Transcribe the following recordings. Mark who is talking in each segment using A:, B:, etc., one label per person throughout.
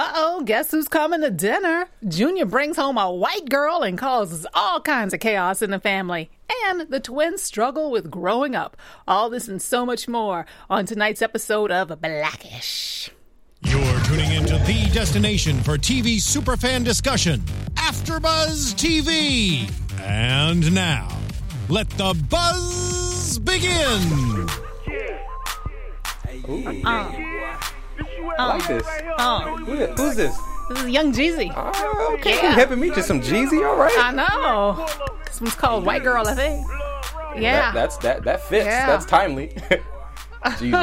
A: Well, guess who's coming to dinner? Junior brings home a white girl and causes all kinds of chaos in the family. And the twins struggle with growing up. All this and so much more on tonight's episode of Blackish.
B: You're tuning into the destination for TV superfan discussion, AfterBuzz TV. And now, let the buzz begin.
C: I like this.
A: Oh,
C: Who thi- who's this?
A: this is Young Jeezy.
C: Ah, okay,
A: Yeah.
C: you helping me just some Jeezy, all right?
A: I know. This one's called White Girl, I think. Yeah.
C: That, that's that that fits.
A: Yeah.
C: That's timely. Jeezy.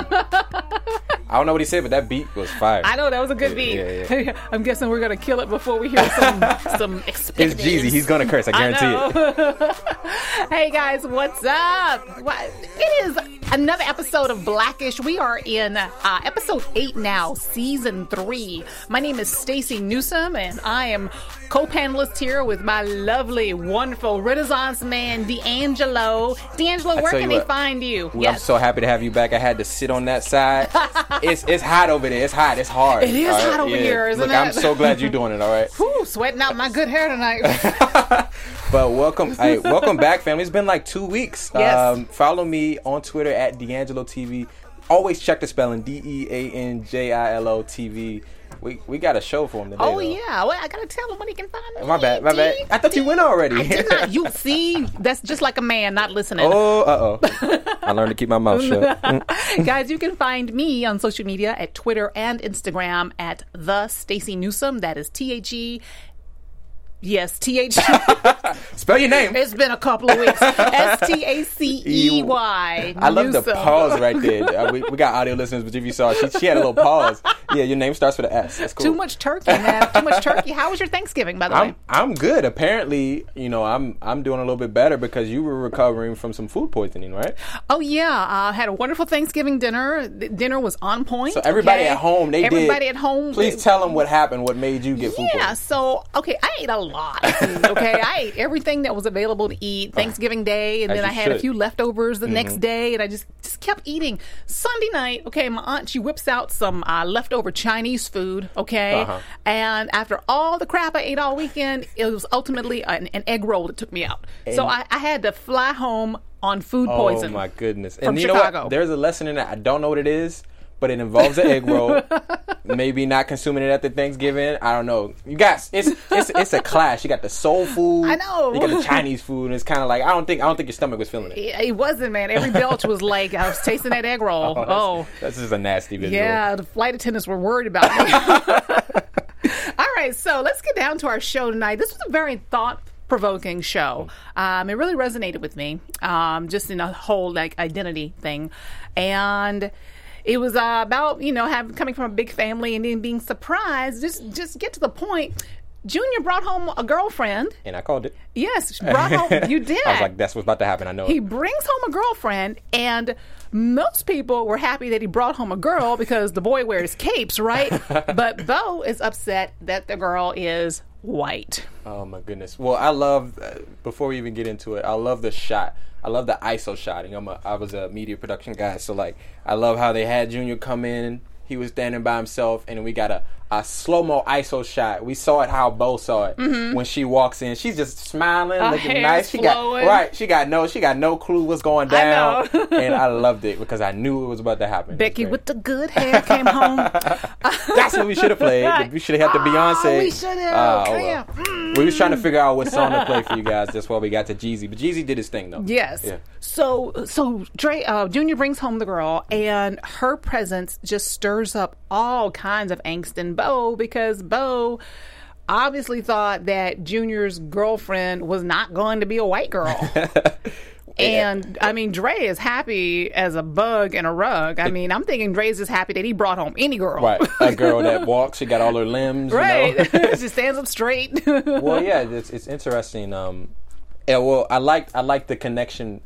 C: I don't know what he said, but that beat was fire.
A: I know that was a good beat.
C: Yeah,
A: I'm guessing we're gonna kill it before we hear some some
C: it's
A: expletives.
C: Jeezy. He's gonna curse. I guarantee it.
A: hey guys, what's up? What, it is another episode of Blackish. We are in uh, episode eight now, season three. My name is Stacy Newsom, and I am co-panelist here with my lovely, wonderful Renaissance man, D'Angelo. D'Angelo, where
C: tell
A: can
C: you
A: they
C: what,
A: find you?
C: Well, I'm so happy to have you back. I had to sit on that side. it's it's hot over there. It's hot. It's hard.
A: It is
C: all right?
A: hot over
C: Yeah.
A: here, isn't
C: Look, I'm
A: it?
C: so glad you're doing it. All right.
A: Whew, sweating out my good hair tonight.
C: But welcome, hey, welcome back, family. It's been like two weeks. Um,
A: Yes.
C: follow me on Twitter at D'Angelo TV. Always check the spelling D E A N J I L O T V. We we got a show for him today.
A: Oh
C: though.
A: yeah, well, I gotta tell him when he can find me.
C: My bad, my
A: D.
C: bad. I thought you went already.
A: I did not. You see, that's just like a man not listening.
C: oh, uh oh. I learned to keep my mouth shut.
A: Guys, you can find me on social media at Twitter and Instagram at the Stacy Newsom. That is T H E. Yes, T H. E,
C: Spell your name.
A: It's been a couple of weeks. S T A C E Y.
C: I love the
A: Newsom.
C: pause right there. Uh, we, we got audio listeners, but if you saw, she, she had a little pause. Yeah, your name starts with an S. That's cool.
A: Too much turkey, man. Too much turkey. How was your Thanksgiving, by the way?
C: I'm I'm good. Apparently, you know, I'm I'm doing a little bit better because you were recovering from some food poisoning, right?
A: Oh yeah, I had a wonderful Thanksgiving dinner. The dinner was on point.
C: So everybody
A: okay?
C: at home, they did.
A: everybody at home.
C: Please tell them what happened. What made you get food
A: Yeah,
C: poisoning?
A: so okay, I ate a lot. Okay, I ate everything that was available to eat Thanksgiving Day, and
C: Ah, As
A: then I
C: you
A: had a
C: should. Mm-hmm.
A: few leftovers the next day, and I just just kept eating. Sunday night, okay, my aunt she whips out some uh, leftover Chinese food, okay,
C: Uh-huh.
A: and after all the crap I ate all weekend, it was ultimately an, an egg roll that took me out. so I, I had to fly home on food
C: Oh
A: poison.
C: my goodness!
A: From
C: and you know
A: Chicago.
C: what? There's a lesson in that. I don't know what it is, but it involves an egg roll. Maybe not consuming it after Thanksgiving. I don't know. You guys, it's it's it's a clash. You got the soul food.
A: I know.
C: You got the Chinese food, and it's kind of like I don't think I don't think your stomach was feeling it.
A: It it wasn't, man. Every belch was like I was tasting that egg roll.
C: that's,
A: oh.
C: that's just a nasty visual.
A: Yeah, the flight attendants were worried about me. All right, so let's get down to our show tonight. This was a very thought provoking show. Um, it really resonated with me, um, just in a whole like identity thing. And it was uh, about, you know, having coming from a big family and then being surprised. Just just get to the point. Junior brought home a girlfriend.
C: And I called it.
A: Yes, she brought home you did.
C: I was like, that's what's about to happen. I know.
A: He
C: it.
A: brings home a girlfriend, and most people were happy that he brought home a girl because the boy wears capes, right? but Bo is upset that the girl is white.
C: Oh my goodness. Well, I love. Uh, before we even get into it, I love the shot. I love the ISO shotting. I'm a. I was a media production guy, so like, I love how they had Junior come in. He was standing by himself, and we got a, a slow mo ISO shot. We saw it how Bo saw it
A: Mm-hmm.
C: when she walks in. She's just smiling, looking
A: hair's
C: nice. She
A: flowing.
C: got right. She got no. She got no clue what's going down.
A: know.
C: and I loved it because I knew it was about to happen. It was
A: Becky
C: great.
A: with the good hair came home.
C: That's what we should have played. We should have had the
A: Ah,
C: Beyonce.
A: we should have.
C: Ah, oh
A: Damn. Mm.
C: well. We was trying to figure out what song to play for you guys. That's why we got to Jeezy. But Jeezy did his thing though.
A: Yes.
C: Yeah.
A: So so Dre uh, Junior brings home the girl, and her presence just stirs up all kinds of angst in Bo because Bo obviously thought that Junior's girlfriend was not going to be a white girl. And I mean, Dre is happy as a bug in a rug. I mean, I'm thinking Dre's just happy that he brought home any girl.
C: Right. A girl that walks, she got all her limbs. you know?
A: Right. she stands up straight.
C: well, yeah, it's, it's interesting. Um, yeah, well, I like I like the connection,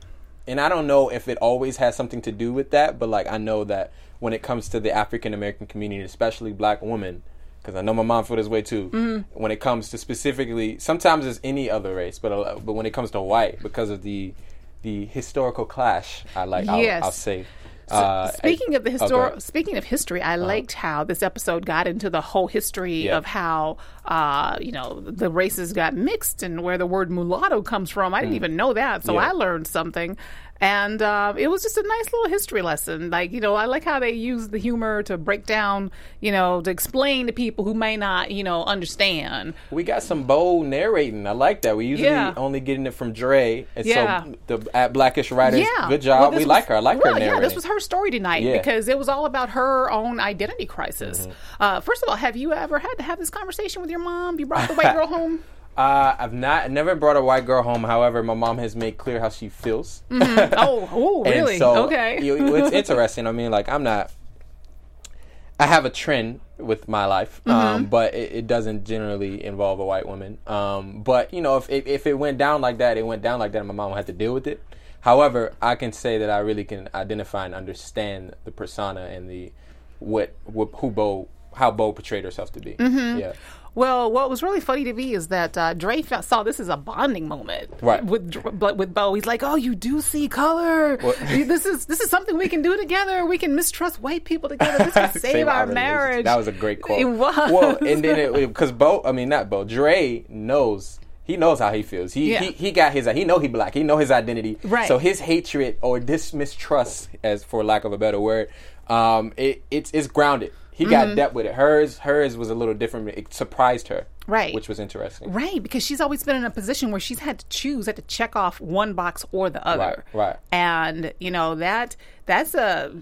C: and I don't know if it always has something to do with that, but like I know that when it comes to the African American community, especially Black women, because I know my mom felt this way too.
A: Mm-hmm.
C: When it comes to specifically, sometimes it's any other race, but a- but when it comes to white, because of the the historical clash, I like I'll,
A: Yes.
C: I'll say. Uh,
A: Speaking of the histor-
C: okay.
A: speaking of history, I liked how this episode got into the whole history
C: Uh-huh. Yeah.
A: of how uh, you know the races got mixed and where the word mulatto comes from. I didn't even know that, so
C: Hmm. Yeah.
A: I learned something, and uh, it was just a nice little history lesson. Like you know, I like how they use the humor to break down, you know, to explain to people who may not you know understand.
C: We got some bold narrating. I like that. We usually
A: Yeah.
C: only getting it from Dre, and
A: Yeah.
C: so the at Blackish writers,
A: Yeah,
C: good job.
A: Well,
C: we
A: this
C: like
A: was-
C: her. I like her
A: right,
C: narrating.
A: Yeah, this was her story tonight
C: Yeah.
A: because it was all about her own identity crisis.
C: Mm-hmm.
A: Uh, first of all, have you ever had to have this conversation with your mom? You brought the white girl home.
C: Uh, I've not never brought a white girl home. However, my mom has made clear how she feels.
A: Oh, oh,
C: And
A: really?
C: so,
A: okay.
C: you- you- it's interesting. I mean, like I'm not. I have a trend with my life,
A: Mm-hmm.
C: um, but it, it doesn't generally involve a white woman. Um, but you know, if, if if it went down like that, it went down like that, and my mom had to deal with it. However, I can say that I really can identify and understand the persona and the what, what who Bo how Bo portrayed herself to be.
A: Mm-hmm.
C: Yeah,
A: well, what was really funny to me is that uh, Dre fa- saw this as a bonding moment
C: Right.
A: with Dr- but with Bo. He's like, "Oh, you do see color. You- This is this is something we can do together. We can mistrust white people together. This can save, our,
C: relationship.
A: marriage."
C: That was a great quote.
A: It was.
C: Well, and then it because Bo, I mean not Bo, Dre knows. He knows how he feels. He,
A: Yeah.
C: he he got his. He know he black. He know his identity.
A: Right.
C: So his hatred or this mistrust, as for lack of a better word, um, it it's it's grounded. He
A: Mm-hmm.
C: got depth with it. Hers hers was a little different. It surprised her.
A: Right.
C: Which was interesting.
A: Right, because she's always been in a position where she's had to choose, had to check off one box or the other.
C: Right, right.
A: And you know that that's a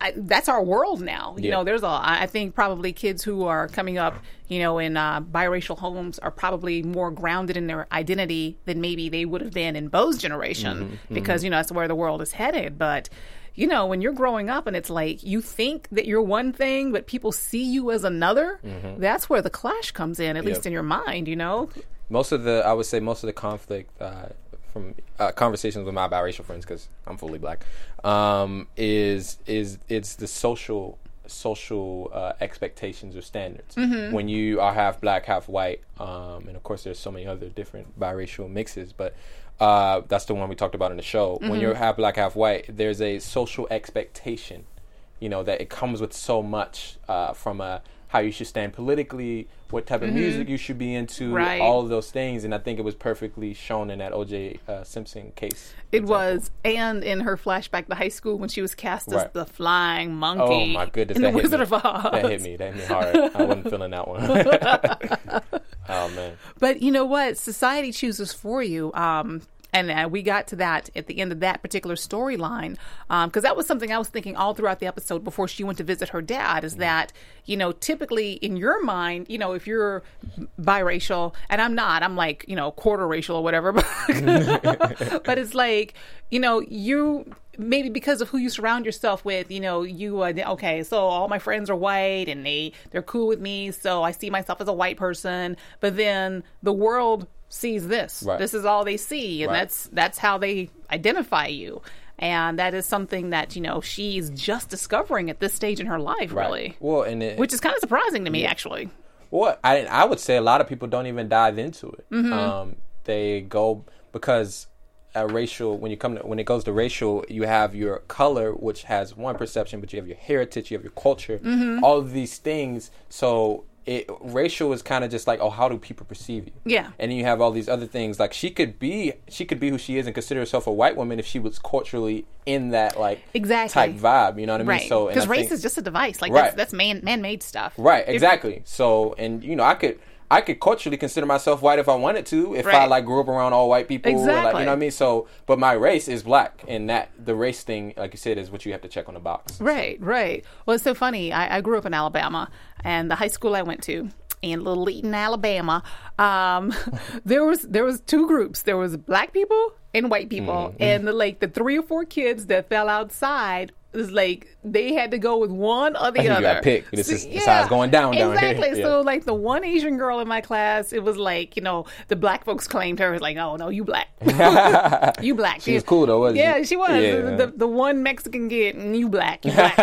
A: I, that's our world now. You
C: Yeah.
A: know, there's a I I think probably kids who are coming up, you know, in uh, biracial homes are probably more grounded in their identity than maybe they would have been in Bo's generation
C: Mm-hmm,
A: because you know that's where the world is headed. But you know, when you're growing up and it's like you think that you're one thing, but people see you as another,
C: Mm-hmm.
A: that's where the clash comes in, at least in your mind, you know?
C: most of the I would say most of the conflict uh, from uh, conversations with my biracial friends because I'm fully black um, is is it's the social social uh, expectations or standards when you are half black half white um, and of course there's so many other different biracial mixes but uh, that's the one we talked about in the show when you're half black half white there's a social expectation you know that it comes with so much uh, from a how you should stand politically what type of music you should be into
A: Right.
C: all of those things and i think it was perfectly shown in that oj uh, simpson case
A: It was, and in her flashback to high school when she was cast as
C: Right.
A: the flying monkey.
C: oh my goodness
A: in
C: that
A: the
C: hit
A: Wizard
C: me.
A: of Oz.
C: that hit me that hit me hard i wasn't feeling that one oh man
A: But you know what? Society chooses for you. Um, and uh, we got to that at the end of that particular storyline because that was something I was thinking all throughout the episode before she went to visit her dad is that, you know, typically in your mind, you know, if you're biracial, and I'm not, I'm like, you know, quarter racial or whatever, but, but it's like, you know, you maybe because of who you surround yourself with, you know, you uh, okay. So all my friends are white, and they they're cool with me. So I see myself as a white person. But then the world sees this.
C: Right.
A: This is all they see, and
C: Right.
A: that's that's how they identify you. And that is something that you know she's just discovering at this stage in her life,
C: Right.
A: really,
C: well and it,
A: which is kind of surprising to me, actually.
C: Well, I I would say a lot of people don't even dive into it.
A: Mm-hmm.
C: Um, they go because a racial when you come to, when it goes to racial, you have your color, which has one perception, but you have your heritage, you have your culture,
A: Mm-hmm.
C: all of these things. So it racial is kind of just like, oh, how do people perceive you?
A: Yeah.
C: and then you have all these other things. Like she could be she could be who she is and consider herself a white woman if she was culturally in that like
A: Exactly.
C: type vibe. You know what I mean?
A: Right,
C: So and
A: because
C: I
A: race
C: think-
A: is just a device. Like
C: Right.
A: that's, that's man man-made stuff.
C: Right,
A: If-
C: exactly. So, and you know, I could I could culturally consider myself white if I wanted to, if I
A: Right.
C: like grew up around all white people, or, like,
A: Exactly.
C: you know what I mean. So, but my race is black, and that the race thing, like you said, is what you have to check on the box.
A: Right, right. Well, it's so funny. I, I grew up in Alabama, and the high school I went to in Little Eaton, Alabama, um, there was there was two groups. There was black people and white people,
C: Mm-hmm.
A: and the, like the three or four kids that fell outside. was like they had to go with one or the
C: You
A: other.
C: got picked. This is- this how it's going down down here.
A: exactly.
C: Yeah.
A: So like the one Asian girl in my class, it was like you know the black folks claimed her. It was like, oh no, you black, you black. She
C: was cool, though, wasn't
A: yeah,
C: she?
A: she was.
C: Yeah.
A: The, the, the one Mexican kid, mm, you black, you black.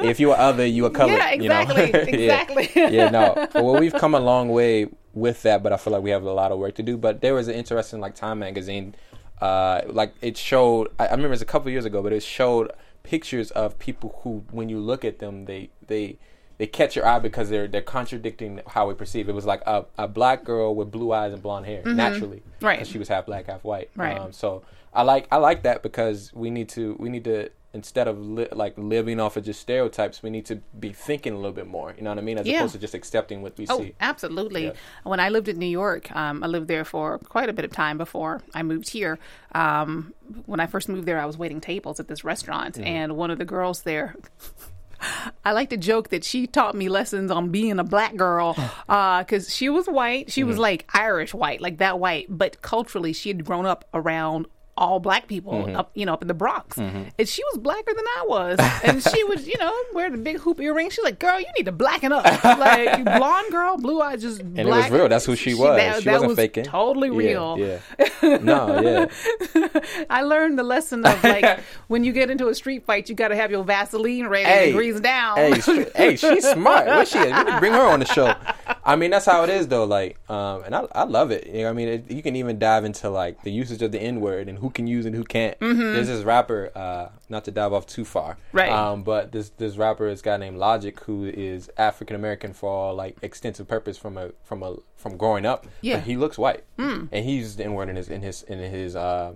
C: if you are other, you are colored.
A: Yeah,
C: you know?
A: exactly,
C: Yeah.
A: exactly.
C: yeah. no. Well, we've come a long way with that, but I feel like we have a lot of work to do. But there was an interesting like Time magazine, uh, like it showed. I, I remember it was a couple years ago, but it showed pictures of people who, when you look at them, they they they catch your eye because they're they're contradicting how we perceive. It was like a, a black girl with blue eyes and blonde hair naturally,
A: Mm-hmm. Right.
C: 'cause She was half black, half white. Um,
A: Right.
C: so I like I like that because we need to we need to instead of li- like living off of just stereotypes, we need to be thinking a little bit more. You know what I mean? As
A: Yeah.
C: opposed to just accepting what we
A: Oh,
C: see.
A: absolutely. When I lived in New York, um, I lived there for quite a bit of time before I moved here. Um, when I first moved there, I was waiting tables at this restaurant, and one of the girls there. I like to joke that she taught me lessons on being a black girl
C: Oh.
A: because she was white. She was like Irish white, like that white, but culturally she had grown up around all black people
C: Mm-hmm.
A: up, you know, up in the Bronx. And she was blacker than I was. And she would, you know, wear the big hoop earring. She's like, girl, you need to blacken up. Like, you blonde girl, blue eyes, just
C: And it was real. That's who she was.
A: that,
C: she
A: that
C: wasn't
A: was
C: faking.
A: Totally
C: Yeah,
A: real.
C: yeah. no, yeah.
A: I learned the lesson of like when you get into a street fight, you got to have your Vaseline ready and grease down.
C: Hey, sh- hey, she's smart. What she is? We need to bring her on the show. I mean, that's how it is, though. Like, um, and I, I love it. You know, what I mean, it, you can even dive into like the usage of the N word and who can use and who can't. There's this rapper, uh, not to dive off too far,
A: Mm-hmm. Right.
C: Um, but this this rapper is a guy named Logic who is African American for all like extensive purpose from a from a from growing up.
A: Yeah. Hmm.
C: but he looks white, and he used the N word in his in his in his uh,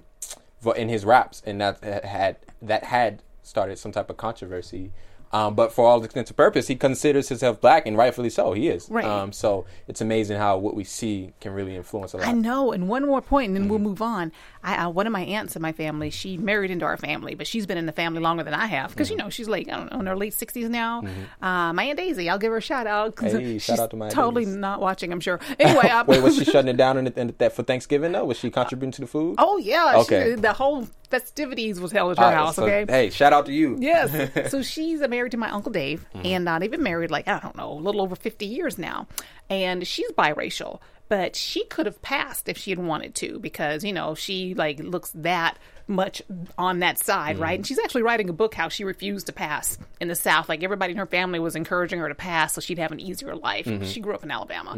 C: vo- in his raps, and that had that had started some type of controversy. Um, but for all intents and purpose, he considers himself black, and rightfully so, he is.
A: Right.
C: Um, so it's amazing how what we see can really influence a lot.
A: I know. And one more point, and then
C: Mm-hmm.
A: we'll move on. I, uh, one of my aunts in my family, she married into our family, but she's been in the family longer than I have because
C: Mm-hmm.
A: you know she's like I don't know in her late sixties now. Uh, my aunt Daisy, I'll give her a shout out. 'cause
C: Hey,
A: she's
C: shout out to my Aunt
A: totally
C: Daisy.
A: not watching. I'm sure. Anyway, um,
C: Wait, was she shutting it down in the, in the, for Thanksgiving though? Was she contributing to the food?
A: oh yeah, she-
C: Okay.
A: the whole festivities was held at her
C: All right,
A: house.
C: so,
A: okay.
C: Hey, shout out to you.
A: Yes. so she's married to my uncle Dave, and uh, they've been married like I don't know, a little over fifty years now, and she's biracial. But she could have passed if she had wanted to because you know she like looks that much on that side, right? And she's actually writing a book how she refused to pass in the South. Like everybody in her family was encouraging her to pass so she'd have an easier life. She grew up in Alabama,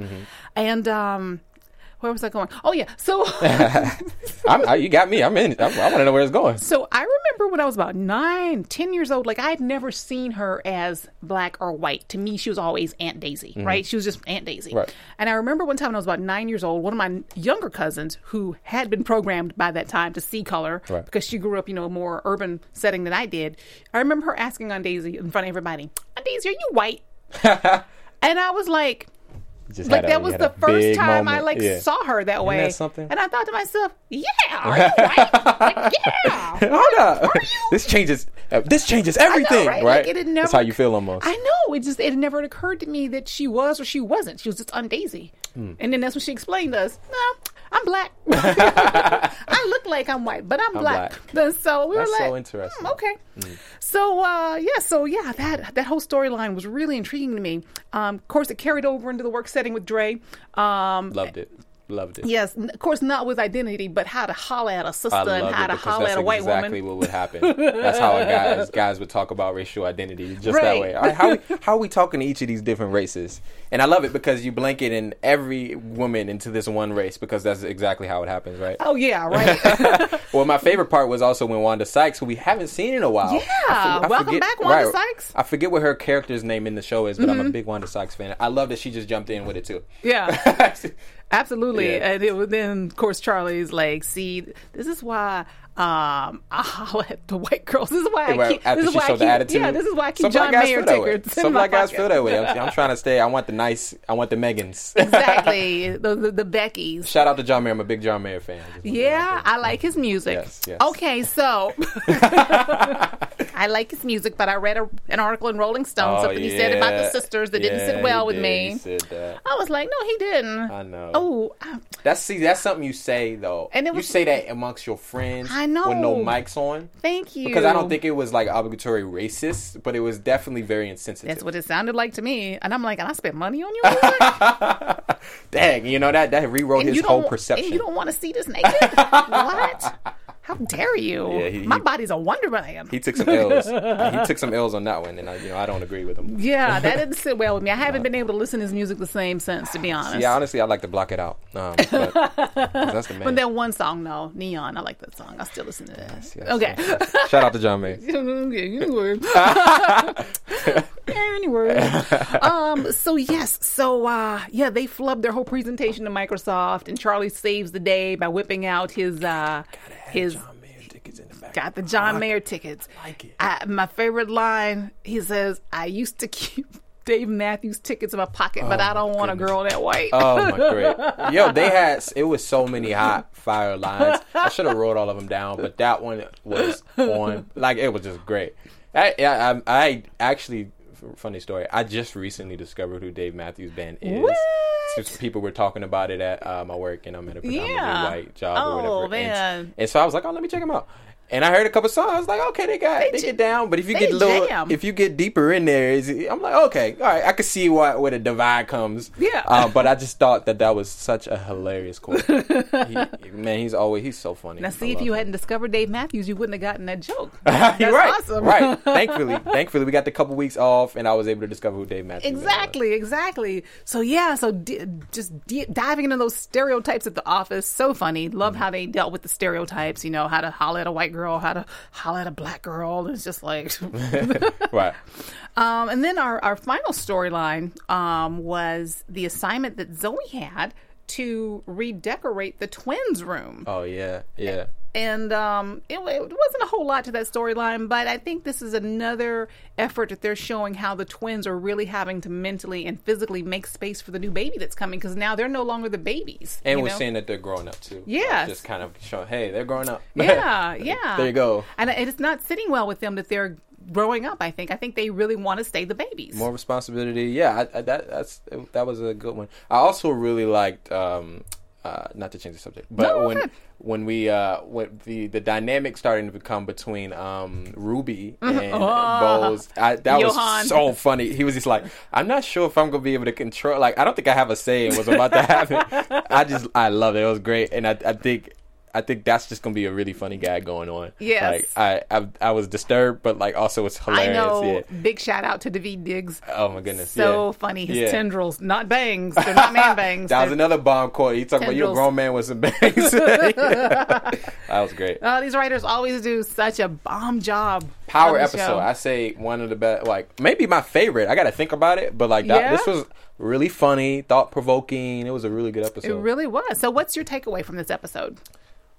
A: and um, where was I going? Oh yeah, so.
C: I'm, I, you got me. I'm in. I, I want to know where it's going.
A: So I remember when I was about nine, ten years old, like I had never seen her as black or white. To me, she was always Aunt Daisy, right? She was just Aunt Daisy.
C: Mm-hmm. Right.
A: And I remember one time when I was about nine years old, one of my younger cousins who had been programmed by that time to see color
C: Right.
A: because she grew up, you know, a more urban setting than I did. I remember her asking Aunt Daisy in front of everybody, Aunt Daisy, are you white? and I was like,
C: Just
A: like
C: had a-
A: that
C: you
A: was
C: had
A: the
C: a
A: first
C: big
A: time I
C: moment.
A: like
C: Yeah.
A: saw her that way.
C: that something?
A: And I thought to myself, yeah, are you white? Like, yeah.
C: Hold up. This changes. uh, This changes everything,
A: I know, right?
C: right?
A: Like, it had never,
C: That's how you feel almost.
A: I know. It just it never occurred to me that she was or she wasn't. She was just on Daisy.
C: Hmm.
A: And then that's when she explained to us, no, I'm black. I look like I'm white, but I'm, black.
C: black.
A: Then so we
C: That's
A: were like,
C: so interesting.
A: "Hmm, okay. So uh, yeah, so yeah, that that whole storyline was really intriguing to me. Um, of course, it carried over into the work setting with Dre. Um,
C: Loved it. Loved it.
A: yes, n- of course, not with identity, but how to holler at a sister
C: I
A: and
C: love
A: how
C: it
A: to
C: because
A: holler
C: that's
A: at a white
C: exactly
A: woman.
C: what would happen. That's how a guys guys would talk about racial identity just that
A: Right.
C: way. All right, how we, how are we talking to each of these different races? And I love it because you blanket in every woman into this one race because that's exactly how it happens, right?
A: Oh yeah, right.
C: well, my favorite part was also when Wanda Sykes, who we haven't seen in a while.
A: Yeah. Welcome back, Wanda Sykes. Mm-hmm.
C: I forget what her character's name in the show is, but I'm a big Wanda Sykes fan. I love that she just jumped in with it too.
A: yeah. Absolutely.
C: Yeah.
A: And it, was- then, of course, Charlie's like, see, this is why um, I holler at the white girls. This is why I
C: Well,
A: keep,
C: after
A: this is
C: she
A: why I
C: showed
A: keep
C: the attitude.
A: yeah, this is why I keep
C: Some
A: John
C: black guys
A: Mayer
C: feel that way.
A: tickets. in
C: Some
A: my
C: black guys
A: pocket.
C: feel that way. I'm, I'm trying to stay. I want the nice. I want the Megans.
A: exactly. The, the, the Beckys.
C: Shout out to John Mayer. I'm a big John Mayer fan.
A: Yeah, I like his music.
C: Yes, yes.
A: Okay, so I like his music, but I read a, an article in Rolling Stone,
C: Oh,
A: something he said about the
C: yeah.
A: sisters that didn't
C: Yeah,
A: sit well
C: he
A: with
C: did.
A: me.
C: He said that.
A: I was like, no, he didn't.
C: I know.
A: Oh, I-
C: That's see. That's something you say though.
A: And it was-
C: you say that amongst your friends.
A: I
C: With no
A: know.
C: mics on.
A: thank you.
C: Because I don't think it was like obligatory racist, but it was definitely very insensitive.
A: That's what it sounded like to me. And I'm like, and I spent money on your work?
C: Dang, you know that that rewrote
A: and
C: his
A: you don't
C: whole
A: wa-
C: perception.
A: And you don't want to see this naked? what? How dare you?
C: Yeah, he-
A: My
C: he-
A: body's a wonderland.
C: He took some L's. he took some L's on that one, and I, you know I don't agree with him.
A: yeah, that didn't sit well with me. I haven't been able to listen to his music the same since, to be honest.
C: Yeah, honestly, I like to block it out. Um, but 'cause that's the man.
A: But that one song, no, Neon. I like that song. I still listen to that.
C: Yes,
A: okay.
C: yes, yes. Shout out to John Mayer.
A: Okay, anyway. anyway. Um, so yes, so uh yeah, they flubbed their whole presentation to Microsoft and Charlie saves the day by whipping out his uh his got the John Mayer tickets.
C: like it.
A: I, my favorite line, he says, I used to keep Dave Matthews tickets in my pocket, but I don't want a girl that white.
C: Oh my great! Yo, they had it was so many hot fire lines. I should have wrote all of them down, but that one was on. Like it was just great. I I, I, I actually funny story. I just recently discovered who Dave Matthews Band is.
A: What?
C: Since people were talking about it at uh, my work, and I'm at a predominantly
A: Yeah.
C: white job
A: Oh,
C: or whatever. And-
A: man.
C: And, so I was like, oh, let me check them out. And I heard a couple songs. I was like, okay, they got they,
A: j-
C: get down. But if you
A: they
C: get a little,
A: jam.
C: if you get deeper in there, is I'm like, okay, all right, I can see why where the divide comes.
A: Yeah.
C: Uh, but I just thought that that was such a hilarious quote. He- man, he's always he's so funny.
A: Now, see, if you hadn't discovered Dave Matthews, you wouldn't have gotten that joke.
C: You're
A: That's
C: right.
A: awesome.
C: Right. Thankfully, thankfully, we got the couple weeks off, and I was able to discover who Dave Matthews. Band was.
A: Exactly, exactly. So yeah, so di- just di- diving into those stereotypes at the office, so funny.
C: Mm.
A: Love how they dealt with the stereotypes. You know how to holler at a white girl, how to holler at a black girl. It's just like,
C: Right.
A: um, and then our our final storyline um, was the assignment that Zoe had to redecorate the twins' room
C: Oh yeah. Yeah.
A: and um, it, it wasn't a whole lot to that storyline, but I think this is another effort that they're showing how the twins are really having to mentally and physically make space for the new baby that's coming because now they're no longer the babies.
C: And
A: you
C: we're
A: know?
C: seeing that they're growing up too.
A: Yes.
C: Just kind of showing, hey, they're growing up.
A: yeah, yeah.
C: There you go.
A: And it- it's not sitting well with them that they're growing up. I think. I think they really want to stay the babies.
C: More responsibility. Yeah, I, I, that that's that was a good one. I also really liked. Um, uh, not to change the subject, but
A: No,
C: when
A: okay.
C: when we uh, when the the dynamic starting to become between um, Ruby and Bose, I, that
A: Oh. Johan.
C: was so funny. He was just like, "I'm not sure if I'm gonna be able to control." Like, I don't think I have a say in what's about to happen. I just I love it. It was great, and I I think. I think that's just gonna be a really funny gag going on.
A: Yes.
C: like I, I, I was disturbed, but like also it's
A: I
C: hilarious.
A: know.
C: Yeah.
A: Big shout out to David Diggs.
C: Oh my goodness!
A: so
C: yeah.
A: funny. His
C: Yeah.
A: tendrils, not bangs. They're not man bangs.
C: That was
A: They're-
C: another bomb quote. He talking about you a
A: Tendrils.
C: grown man with some bangs. that was great.
A: Oh, these writers always do such a bomb job. on
C: Power
A: the
C: episode.
A: show.
C: I say one of the best. Like maybe my favorite. I got to think about it, but like that,
A: Yeah?
C: this was really funny, thought provoking. It was a really good episode.
A: It really was. So, what's your takeaway from this episode?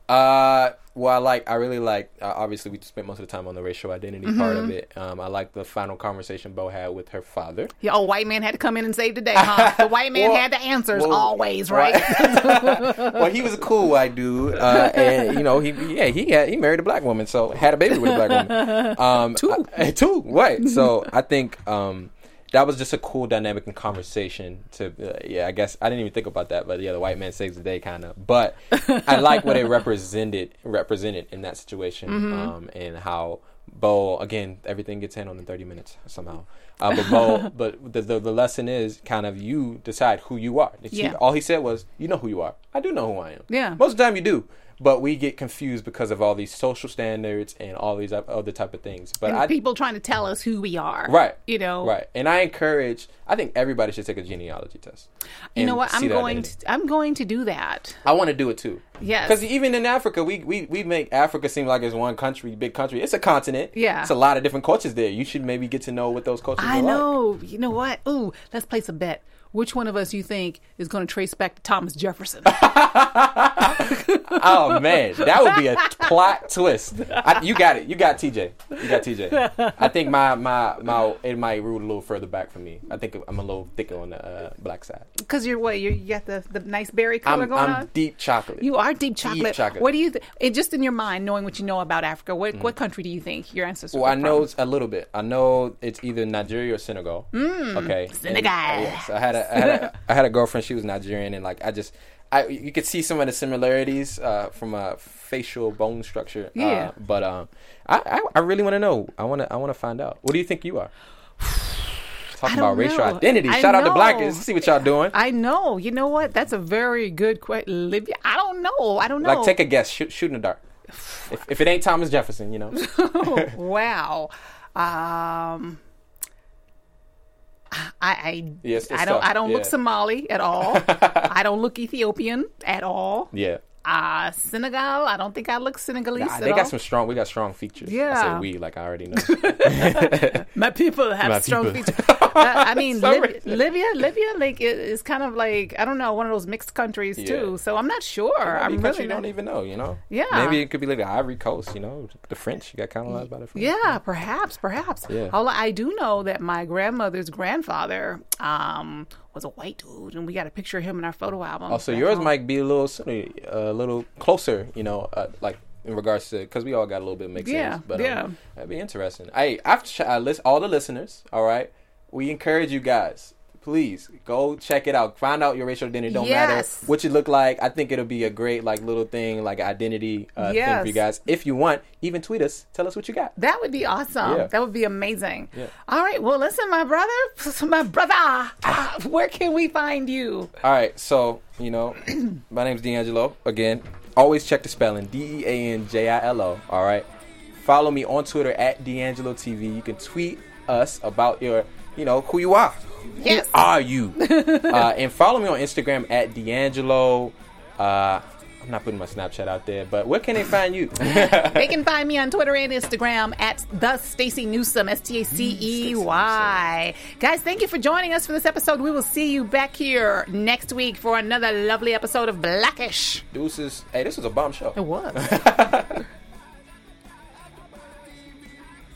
C: Uh, well, I like. I really like. Uh, obviously, we spent most of the time on the racial identity
A: Mm-hmm.
C: part of it. Um, I like the final conversation Bo had with her father.
A: Yeah, oh, white man had to come in and save the day, huh? The white man
C: Well-
A: had the answers
C: well,
A: always, right?
C: well, he was a cool white dude, uh, and you know, he yeah, he had, he married a black woman, so had a baby with a black woman. Um, two, two, right? So I think um, that was just a cool dynamic and conversation. To uh, yeah, I guess I didn't even think about that, but yeah, the white man saves the day, kind of. But I like what it represented represented in that situation, um, and how. Bo again, everything gets handled in thirty minutes somehow. Uh, but Bo, but the, the the lesson is kind of you decide who you are. It's you-
A: Yeah.
C: all he said was, "You know who you are. I do know who I am.
A: Yeah.
C: most of the time you do, but we get confused because of all these social standards and all these o- other type of things. But
A: And
C: I
A: people trying to tell us who we are,
C: right,
A: You know,
C: right, and I encourage. I think everybody should take a genealogy test.
A: You know what? I'm going.
C: To-
A: To, I'm going to do that.
C: I want to do it too.
A: Yes.
C: Because even in Africa, we, we, we make Africa seem like it's one country, big country. It's a continent.
A: Yeah.
C: It's a lot of different cultures there. You should maybe get to know what those cultures are
A: I
C: like.
A: know. You know what? Ooh, let's place a bet. Which one of us you think is going to trace back to Thomas Jefferson?
C: Oh man, that would be a plot twist. I, you got it. You got TJ. You got TJ. I think my my my it might root a little further back for me. I think I'm a little thicker on the uh, black side.
A: Because you're what? You're, you got the, the nice berry color
C: I'm
A: going
C: I'm
A: on.
C: deep chocolate.
A: you are deep chocolate.
C: chocolate. Mm.
A: What do you? Th- it, just in your mind, knowing what you know about Africa, what what country do you think your ancestors?
C: Well,
A: were
C: I
A: from?
C: know it's a little bit. I know it's either Nigeria or Senegal. Mm, okay, And-
A: Senegal.
C: yes, I had a I had a, I had a girlfriend. She was Nigerian, and like I just, I you could see some of the similarities uh, from a facial bone structure. uh,
A: Yeah.
C: but um, I I, I really want to know. I want to I want to find out. What do you think you are? Talking
A: don't
C: about racial
A: know.
C: identity.
A: I
C: Shout out to
A: know.
C: Blackers. See what y'all doing.
A: I know. You know what? That's a very good question. Libya. I don't know. I don't know.
C: like, take a guess. Shoot, shoot in the dark. If, if it ain't Thomas Jefferson, you know.
A: wow. Um, I I,
C: Yeah, it's- it's
A: I don't
C: tough.
A: I don't look
C: Yeah.
A: Somali at all. I don't look Ethiopian at all.
C: yeah.
A: Uh, Senegal. I don't think I look Senegalese
C: Nah,
A: at
C: they
A: all.
C: got some strong. We got strong features. I
A: Yeah.
C: said we like I already know.
A: My people have
C: My
A: strong
C: people.
A: features. Uh, I mean,
C: So
A: Lib-
C: racist.
A: Libya, Libya, like it, it's kind of like I don't know, one of those mixed countries
C: Yeah.
A: too. So I'm not sure.
C: Maybe
A: I'm
C: country
A: really
C: you
A: not.
C: don't even know, you know.
A: Yeah.
C: Maybe it could be like the Ivory Coast, you know, the French. You got colonized by the French.
A: Yeah, perhaps, perhaps.
C: Yeah.
A: All I do know that my grandmother's grandfather um, was a white dude, and we got a picture of him in our photo album. Um,
C: Oh, so
A: Back
C: yours
A: home.
C: might be a little, sooner- a little closer, you know, uh, like in regards to because we all got a little bit mixed.
A: Yeah,
C: ends, but
A: yeah.
C: um, that'd be interesting. Hey, I've ch- I list all the listeners. All right, we encourage you guys. Please go check it out. Find out your racial identity. Don't
A: Yes.
C: matter what you look like. I think it'll be a great like little thing, like identity uh, thing
A: Yes.
C: for you guys. If you want, even tweet us. Tell us what you got.
A: That would be awesome.
C: Yeah.
A: That would be amazing.
C: Yeah.
A: All right. Well, listen, my brother, my brother, ah, where can we find you?
C: All right, so you know, my name's D'Angelo. Again, always check the spelling: D E A N J I L O. All right. Follow me on Twitter at D'Angelo TV. You can tweet us about your, you know, who you are.
A: Yes.
C: Who are you? uh, and follow me on Instagram at D'Angelo. Uh, I'm not putting my Snapchat out there, but where can they find you?
A: They can find me on Twitter and Instagram at the Stacy Newsom, S T A C E Y. Guys, thank you for joining us for this episode. We will see you back here next week for another lovely episode of Blackish.
C: Deuces. Hey, this was a bomb show.
A: It was.